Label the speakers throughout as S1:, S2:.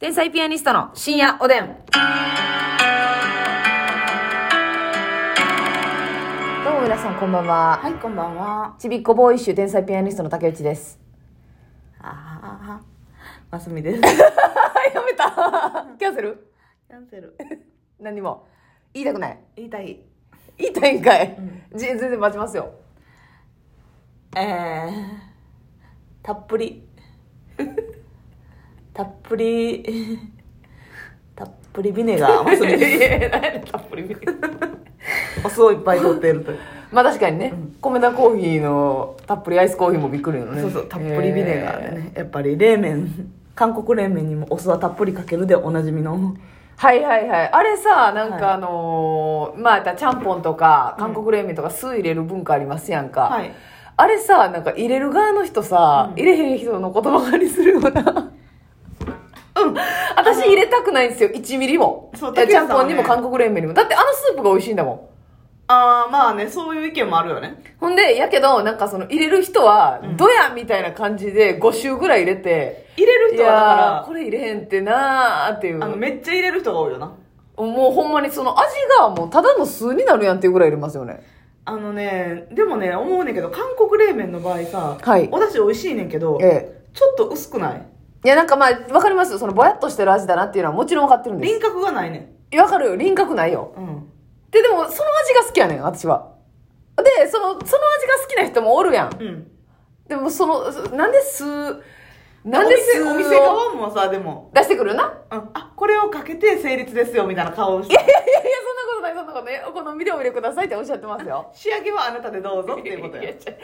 S1: 天才ピアニストの深夜おでん。どうも皆さんこんばんは。
S2: はい、こんばんは。
S1: ちびっこボーイッシュ天才ピアニストの竹内です。
S2: ああ、まさみです。
S1: やめた。 キャンセル
S2: キャンセル。
S1: 何も。言いたくない。
S2: 言いたい。
S1: 言いたいんかい。じ全然待ちますよ。
S2: えー、たっぷ り。たっぷり、たっぷりビネガー、まさみです。
S1: たっぷ り見て。
S2: お酢をいっぱい取っているという。
S1: まあ確かにね、米田コーヒーのたっぷりアイスコーヒーもびっくりよね。
S2: そうそう、たっぷりビネガーでね。やっぱり冷麺、韓国冷麺にもお酢はたっぷりかけるでおなじみの。
S1: はいはいはい。あれさ、なん
S2: は
S1: かあのーまあやったらちゃんぽんとか、韓国冷麺とか酢入れる文化ありますやんか。
S2: はい
S1: あれさ、なんか入れる側の人さ、入れへん人の言葉狩りするような。うん。私入れたくないんですよ、1ミリも。
S2: そう
S1: いや
S2: 竹内
S1: ちゃ
S2: さん
S1: ん
S2: はね
S1: ぽんにも韓国冷麺にも。だってあのスープが美味しいんだもん。
S2: ああ、まあね、そういう意見もあるよね。
S1: ほんで、やけど、なんかその入れる人は、どやみたいな感じで5周ぐらい入れて、
S2: 入れる
S1: い
S2: 人はだ
S1: やー、
S2: か
S1: これ入れへんってなーっていう。
S2: ら、あの、めっちゃ入れる人が多いよな。
S1: もうほんまにその味がもうただの酢になるやんっていうぐらい入れますよね。
S2: あのね、でもね、思うねんけど、韓国冷麺の場合さ、
S1: はい
S2: お出汁美味しいねんけど、
S1: ええ。
S2: ちょっと薄くない
S1: いやなんかまあ、わかりますよ。そのぼやっとしてる味だなっていうのはもちろんわかってるんです。
S2: 輪郭がないねん。
S1: いやわかるよ。輪郭ないよ。
S2: うん。
S1: で、でもその味が好きやねん、私は。で、その、その味が好きな人もおるやん。
S2: うん。
S1: でもその、そなんで酢、なんで酢
S2: お店お店
S1: を
S2: 側もさ、でも、
S1: 出してくるよな。
S2: うん、あ、これをかけて成立ですよ、みたいな顔をし
S1: いや
S2: て。
S1: いやいや、そんなことない、そんなことない。お好みでお入れくださいっておっしゃってますよ。
S2: 仕上げはあなたでどうぞっていうこと
S1: いや
S2: や
S1: 違う。それ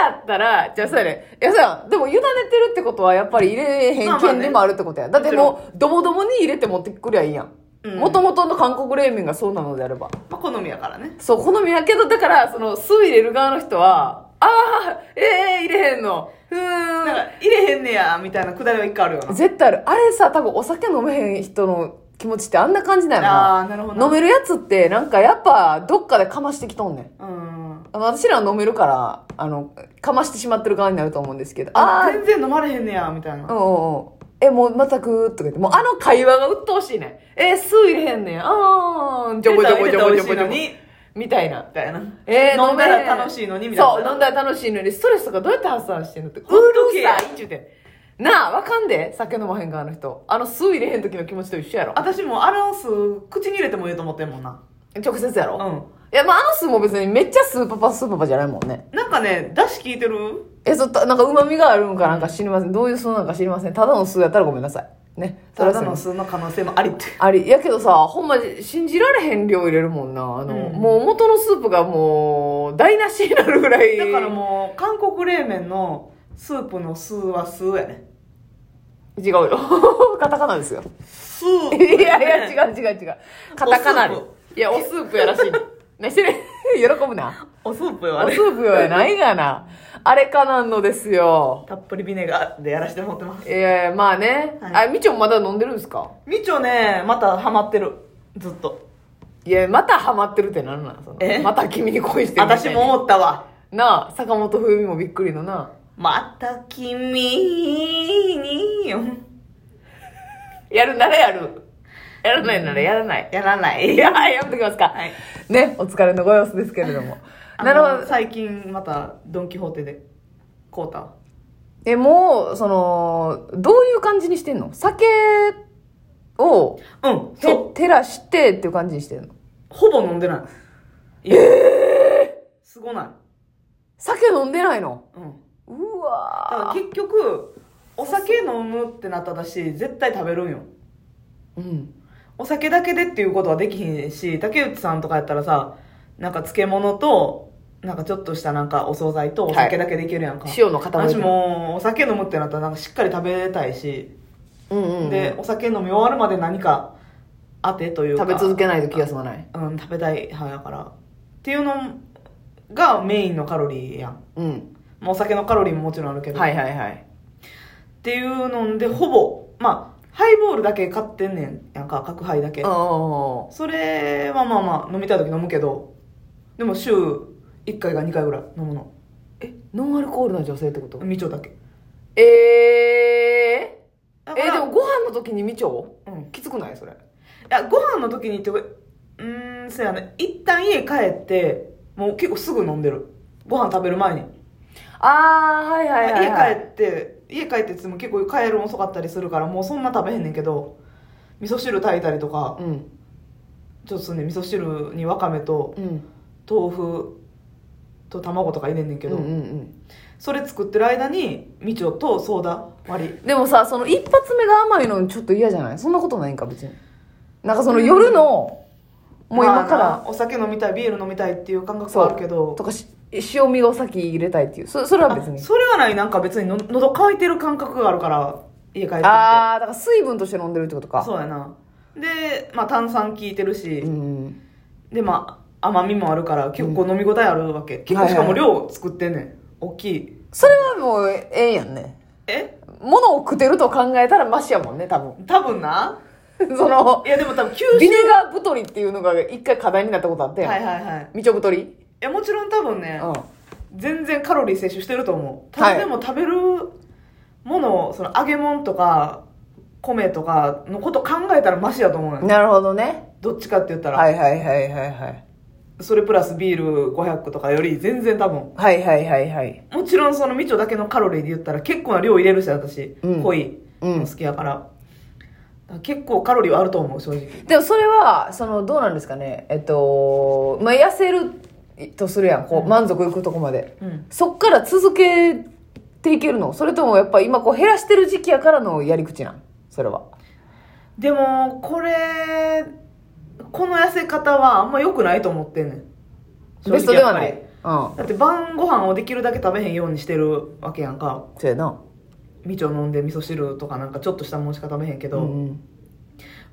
S1: やったら、じゃあそうやね。いやそうやんでも委ねてるってことはやっぱり入れへん権利もあるってことや。だって
S2: も
S1: もう、どもどもに入れて持ってくりゃいいや
S2: うん
S1: ん。もともとの韓国冷麺がそうなのであれば。
S2: まあ、好みやからね。
S1: そう、好みやけど、だから、その、酢入れる側の人は、ああ、ええ入れへんの。ふ
S2: だか
S1: ー
S2: ら、入れへんねや、みたいなくだりは一回あるよ
S1: ん。絶対ある。あれさ、多分お酒飲めへん人の気持ちってあんな感じなんやろ
S2: な。あー、なるほど
S1: な。
S2: な。
S1: 飲めるやつって、なんかやっぱ、どっかでかましてきとんねん。
S2: うん。
S1: あの私らは飲めるから、あの、かましてしまってる側になると思うんですけど、あ
S2: あ
S1: あ、
S2: 全然飲まれへんねや、みたい
S1: うんう
S2: な。
S1: んうん。え、もう全く、とか言って、もうあの会話が鬱陶しいね。えー、酢入れへんねん。あーん、ちょこちょこちょこちょこちょこ。
S2: に、
S1: みたいな
S2: み。たいな。
S1: えー、
S2: 飲んだ
S1: めへん
S2: ら楽しいのに、みたいな。
S1: そう、飲んだら楽しいのに、ストレスとかどうやって発散してんのって、うる
S2: ほっとけ
S1: さいって言って。なあ、わかんで、酒飲まへん側の人。あの酢入れへん時の気持ちと一緒やろ。
S2: 私もあの酢口に入れてもいいと思ってんもんな
S1: 直接やろ。
S2: うん
S1: いや、まあ、あの酢も別にめっちゃスーパパスーパパじゃないもんね。
S2: なんかねだし効いてる
S1: え、そう、たなんか旨味があるんかなんか知りません。どういう酢なんか知りません。ただの酢やったらごめんなさい。ね。そ
S2: た
S1: れは
S2: だ
S1: それ
S2: の酢の可能性もありって
S1: あり。やけどさ、ほんまに信じられへん量入れるもんな。あの、
S2: うん
S1: もう元のスープがもう、台無しになるぐらい。
S2: だからもう韓国冷麺のスープの酢は酢やね
S1: う。違うよ。 カタカナ ですよ。
S2: 酢
S1: いやいや、違う違う違う。カタカナで
S2: おスー。
S1: いや、おスープやらしい。何してる 喜ぶな。
S2: おスープよあ
S1: お
S2: れ
S1: スープやないがな。あれかなんのですよ。
S2: たっぷりビネガーでやらしてもらってます
S1: ええまあね。
S2: は
S1: あ、みちょんまだ飲んでるんですか
S2: みちょねまたハマってるずっと
S1: いや、またハマってるってなんなんその
S2: え
S1: また君に恋してるみたいな
S2: 私も。思ったわ
S1: なあ、坂本冬美もびっくりのな。
S2: また君によ
S1: やるならやる。やらないならやらない。
S2: やらない
S1: いやー、やめときますか。
S2: はい
S1: ね、お疲れのご様子ですけれども。
S2: あの
S1: なるほど。
S2: 最近またドン・キホーテで買うた
S1: え、もう、その、どういう感じにしてんの酒を、
S2: うん
S1: て
S2: そう、
S1: 照らしてっていう感じにしてんの
S2: ほぼ飲んでない。ええすごない。
S1: 酒飲んでないの
S2: うん。
S1: う
S2: だから
S1: わー
S2: 結局、お酒飲むってなっただし、絶対食べるんよ。
S1: うん。
S2: お酒だけでっていうことはできひんし、竹内さんとかやったらさ、なんか漬物と、なんかちょっとしたなんかお惣菜とお酒だけでいけるやんか。
S1: 塩の塊。
S2: 私。もお酒飲むってなったらなんかしっかり食べたいし、
S1: うんうんうん。
S2: で、お酒飲み終わるまで何か当てというか。
S1: 食べ続けないと気が済まない。
S2: うん、食べたい派やから。っていうのがメインのカロリーやん。
S1: うん。
S2: まあお酒のカロリーももちろんあるけど、
S1: は
S2: っ
S1: いはいはい。
S2: ていうのでほぼまあハイボールだけ買ってんねんやんか角ハイだけ
S1: あ
S2: それはまあまあ飲みたい時飲むけどでも週1回か2回ぐらい飲むの
S1: えノンアルコールな女性ってこと
S2: みちょだけ
S1: ええ
S2: だか
S1: え
S2: ら
S1: でもご飯の時にみちょ
S2: うんい
S1: きつくないそれ
S2: やご飯の時にってこれうーんそうやね一旦家帰ってもう結構すぐ飲んでるご飯食べる前に、
S1: ああはいはいはい、はい、
S2: 家帰って家帰ってっつっても結構帰るの遅かったりするからもうそんな食べへんねんけど味噌汁炊いたりとか、
S1: うん
S2: ちょっとすんねん味噌汁にわかめと
S1: うん
S2: 豆腐と卵とか入れんねんけ
S1: け
S2: ど、
S1: ど、うんうん
S2: それ作ってる間にみちょとソーダ割り
S1: うん、でもさその一発目が甘いのちょっと嫌じゃないそんなことないんか別になんかその夜の、もう今か
S2: まあ
S1: ら
S2: なお酒飲みたいビール飲みたいっていう感覚はあるけど
S1: とかし塩味を先入れたいっていうそそれは別に
S2: あそれはないなんか別にの喉乾いてる感覚があるから家帰ってきて
S1: ああだから水分として飲んでるってことか
S2: そうやなで、まあ、炭酸効いてるし、
S1: うんうん
S2: でまあ甘みもあるから結構飲み応えあるわけ、結構しかも量作ってんねん、大きい
S1: それはもうええやんね
S2: え
S1: 物を食ってると考えたらマシやもんね多分
S2: 多分な
S1: その
S2: いやでも多分吸
S1: ビ
S2: 収
S1: ネガー太りっていうのが一回課題になったことあって、
S2: はいはいはい
S1: みちょ太りうん
S2: いやもちろん多分ね、全然カロリー摂取してると思うた
S1: はい
S2: だでも食べるものをその揚げ物とか米とかのこと考えたらマシやと思うねん
S1: なるほどね
S2: どっちかって言ったら、
S1: はいはいはいはいはい
S2: それプラスビール500とかより全然多分
S1: はいはいはいはい
S2: もちろんそのみちょだけのカロリーで言ったら結構な量入れるし私、
S1: うん
S2: 濃い
S1: うん
S2: の好きやから,、結構カロリーはあると思う正直
S1: でもそれはそのどうなんですかねえっとまあ痩せるとするやんこう満足いくとこまで、
S2: うん
S1: そっから続けていけるのそれともやっぱ今こう減らしてる時期やからのやり口なんそれは
S2: でもこれこの痩せ方はあんま良くないと思ってんねん
S1: ベストでは
S2: 正直
S1: な
S2: やっぱり
S1: いうん
S2: だって晩ご飯をできるだけ食べへんようにしてるわけやんか
S1: そうやな
S2: みちょ飲んで味噌汁とかなんかちょっとしたもんしか食べへんけ
S1: う
S2: ど、
S1: んうん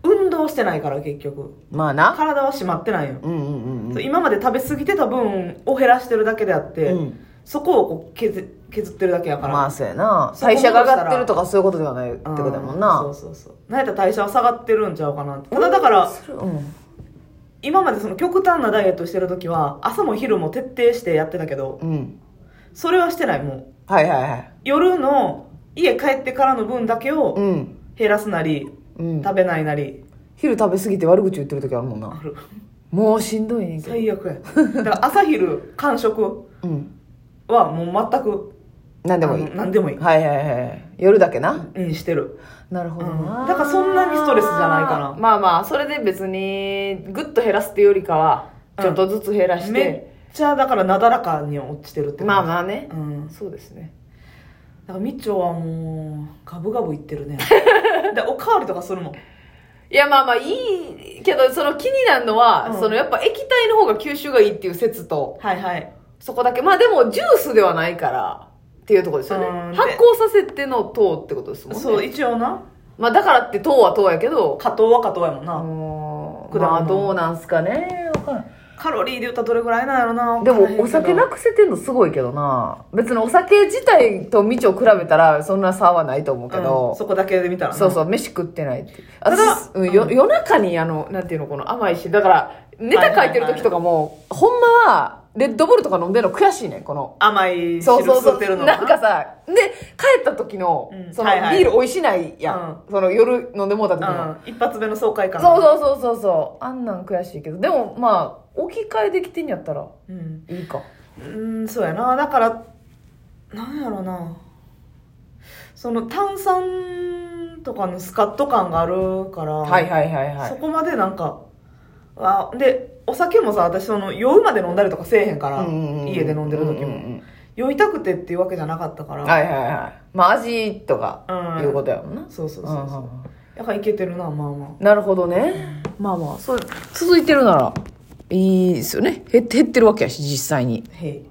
S2: 運動してないから結局
S1: まあな
S2: 体は締まってないよ、
S1: うんうんうんうん
S2: そう今まで食べ過ぎてた分を減らしてるだけであって、
S1: うん
S2: そこをこう削削ってるだけやから、
S1: まあそうやな
S2: そこ
S1: 代謝が上がってるとかそういうことではないって
S2: うん
S1: ことやもんな
S2: そうそうそうなんやったら代謝は下がってるんちゃうかなってただだから
S1: うん
S2: 今までその極端なダイエットしてる時は朝も昼も徹底してやってたけど
S1: うん
S2: それはしてないもう
S1: はいはいはい
S2: 夜の家帰ってからの分だけを
S1: うん
S2: 減らすなり、
S1: うん
S2: 食べないなり
S1: 昼食べ過ぎて悪口言ってる時あるもんな
S2: ある
S1: もうしんどいねんけど
S2: 最悪やだから朝昼間食
S1: うん
S2: はもう全く
S1: 何でもいい
S2: あの何でもいい
S1: はいはいはい夜だけな
S2: うんしてる
S1: なるほどな、
S2: うんだからそんなにストレスじゃないかな
S1: まあまあそれで別にグッと減らすっていうよりかは
S2: うん
S1: ちょっとずつ減らし、
S2: めってちゃだからなだらかに落ちてるって
S1: まあ
S2: あ
S1: まあね、
S2: うんだ
S1: そうですね
S2: からみっちょはもうガブガブいって るねでおかわりとかするもん
S1: いやまあまあいいけどその気になるのは、
S2: うん
S1: そのやっぱ液体の方が吸収がいいっていう説と
S2: はいはい
S1: そこだけまあでもジュースではないからっていうところですよね
S2: うんで
S1: 発酵させての糖ってことですもんね
S2: そう一応な
S1: まあだからって糖は糖やけど
S2: 加糖は加糖やもんな、
S1: うん
S2: 果物
S1: まあどうなんすかねわからん
S2: カロリーで言ったらどれぐらいなんやろな
S1: でもお酒な
S2: く
S1: くせてんのすごいけどな別にお酒自体とみちを比べたらそんな差はないと思うけど、
S2: そこだけで見たらな
S1: そうそう飯食ってないっていうあ
S2: ただ
S1: 私うんよ
S2: うん
S1: 夜中にあのなんていうのこの甘いしだからネタ書いてる時とかも、ほんまはレッドブルとか飲んでるの悔しいねんこの
S2: 甘い汁
S1: そうそうそ
S2: 吸っ
S1: う
S2: てるの
S1: なんかさで帰った時の、
S2: うん
S1: その
S2: はいはい
S1: ビール美味しないやん、その夜飲んでもうた時の、
S2: うん一発目の爽快感
S1: そうそうそうそうそうあんなん悔しいけどでもまあ置き換えできてんやったら
S2: ううん
S1: いいか
S2: うんそうやなだからなんやろなその炭酸とかのスカッと感があるから、
S1: はいはいはいはい
S2: そこまでなんかわでお酒もさ私その酔うまで飲んだりとかせえへんから、家で飲んでる時も、
S1: うううん
S2: 酔いたくてっていうわけじゃなかったから、
S1: はいはいはいまあ味とか
S2: うん
S1: いうことやもんな、
S2: そうそう
S1: う
S2: そ
S1: ん
S2: うそう
S1: うんうん
S2: だからいけてるなまあま
S1: なるほどね、まあまあそう続いてるならいいですよね減って減ってるわけやし実際に
S2: あへい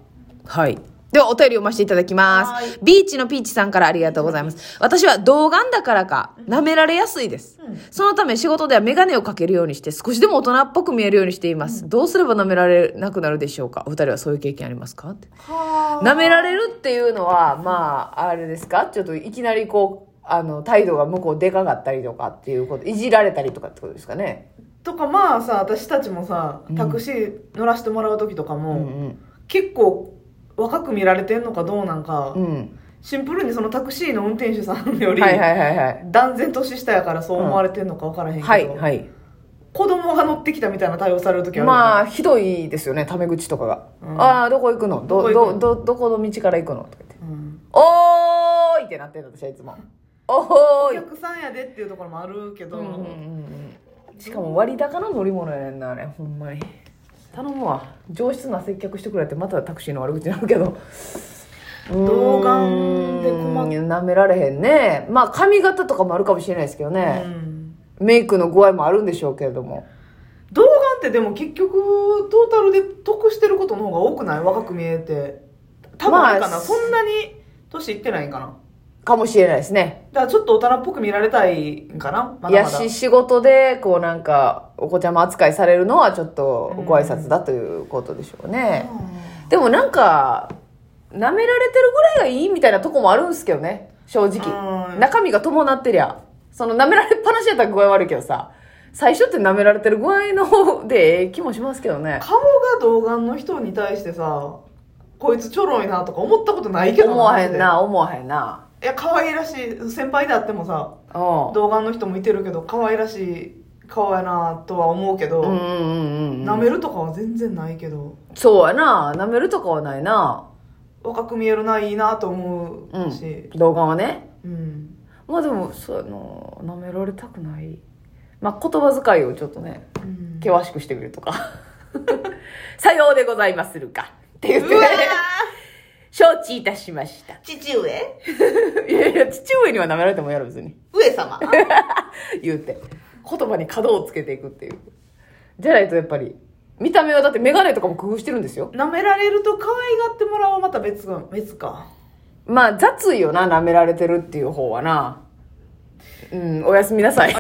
S1: はい。ではお便りを読ませていただきま
S2: は
S1: す
S2: い。
S1: ビーチのピーチさんからありがとうございます。私は童顔だからか、舐められやすいです。そのため仕事ではメガネをかけるようにして、少しでも大人っぽく見えるようにしています。どうすれば舐められなくなるでしょうかお二人はそういう経験ありますかって
S2: は
S1: 舐められるっていうのは、まあ、あれですかちょっといきなりこう、あの、態度が向こうでかかったりとかっていうこと、いじられたりとかってことですかね。
S2: とかまあさ私たちもさタクシー乗らせてもらう時とかも、
S1: うん
S2: 結構若く見られてんのかどうなんか、
S1: うん。うん。
S2: シンプルにそのタクシーの運転手さんより、
S1: はいはいはいはい。
S2: 断然年下やからそう思われてんのか分からへんけど、
S1: はいはい。
S2: 子供が乗ってきたみたいな対応される時あるよね
S1: まあ、ひどいですよね、タメ口とかが。
S2: うん
S1: ああ、どこ行くのど、
S2: どこ行く
S1: ど、
S2: の
S1: ど、どこの道から行くのとか言って。
S2: うん
S1: おーいってなってる私はいつも。おー
S2: お
S1: い。
S2: 客さんやでっていうところもあるけど、
S1: うんうんうんうんしかも割高な乗り物やねんなあれほんまに頼むわ上質な接客してくれってまたタクシーの悪口になるけ ど
S2: 童顔で困っ
S1: なめられへんねまあ髪型とかもあるかもしれないですけど
S2: う
S1: ね、
S2: ん
S1: メイクの具合もあるんでしょうけれども
S2: 童顔ってでも結局トータルで得してることの方が多くない若く見えて多分あれかな、
S1: まあ
S2: そんなに年いってないんかな
S1: かもしれないですね
S2: だからちょっと大人っぽく見られたいんかなまだまだ
S1: いやし仕事でこうなんかお子ちゃま扱いされるのはちょっとご挨拶だということでしょうね、でもなんか、舐められてるぐらいがいいみたいなとこもあるんですけどね、正
S2: う
S1: 直。
S2: ん
S1: 中身が伴ってりゃ。その舐められっぱなしやったら具合悪いけどさ、最初って舐められてる具合の方でええ気もしますけどね。
S2: 顔が童顔の人に対してさこいつちょろいなとか思ったことないけど
S1: 思わへんな、思わへんな。
S2: いや可愛らしい先輩であってもさ
S1: うん。
S2: 童顔の人もいてるけど可愛らしい顔やなとは思うけど、
S1: うんうんうんう
S2: 舐
S1: ん。
S2: めるとかは全然ないけど
S1: そうやな、舐めるとかはないな。
S2: 若く見えるないいなと思
S1: う
S2: うんし、。
S1: 動画はね。
S2: うん
S1: まあでも、そうやな、舐められたくない。まあ言葉遣いをちょっとね、
S2: うん
S1: 険しくしてみるとか。 さようでございまするか。って言っ
S2: うわー
S1: て。承知いたしました。
S2: 父上
S1: いやいや、父上には舐められてもやろ、別に。
S2: 上様
S1: 言うて。言葉に角をつけていくっていう。じゃないとやっぱり、見た目はだってメガネとかも工夫してるんですよ。
S2: 舐められると可愛がってもらうはまた別が別か
S1: まあ、雑いよな、舐められてるっていう方はな。うん、おやすみなさい。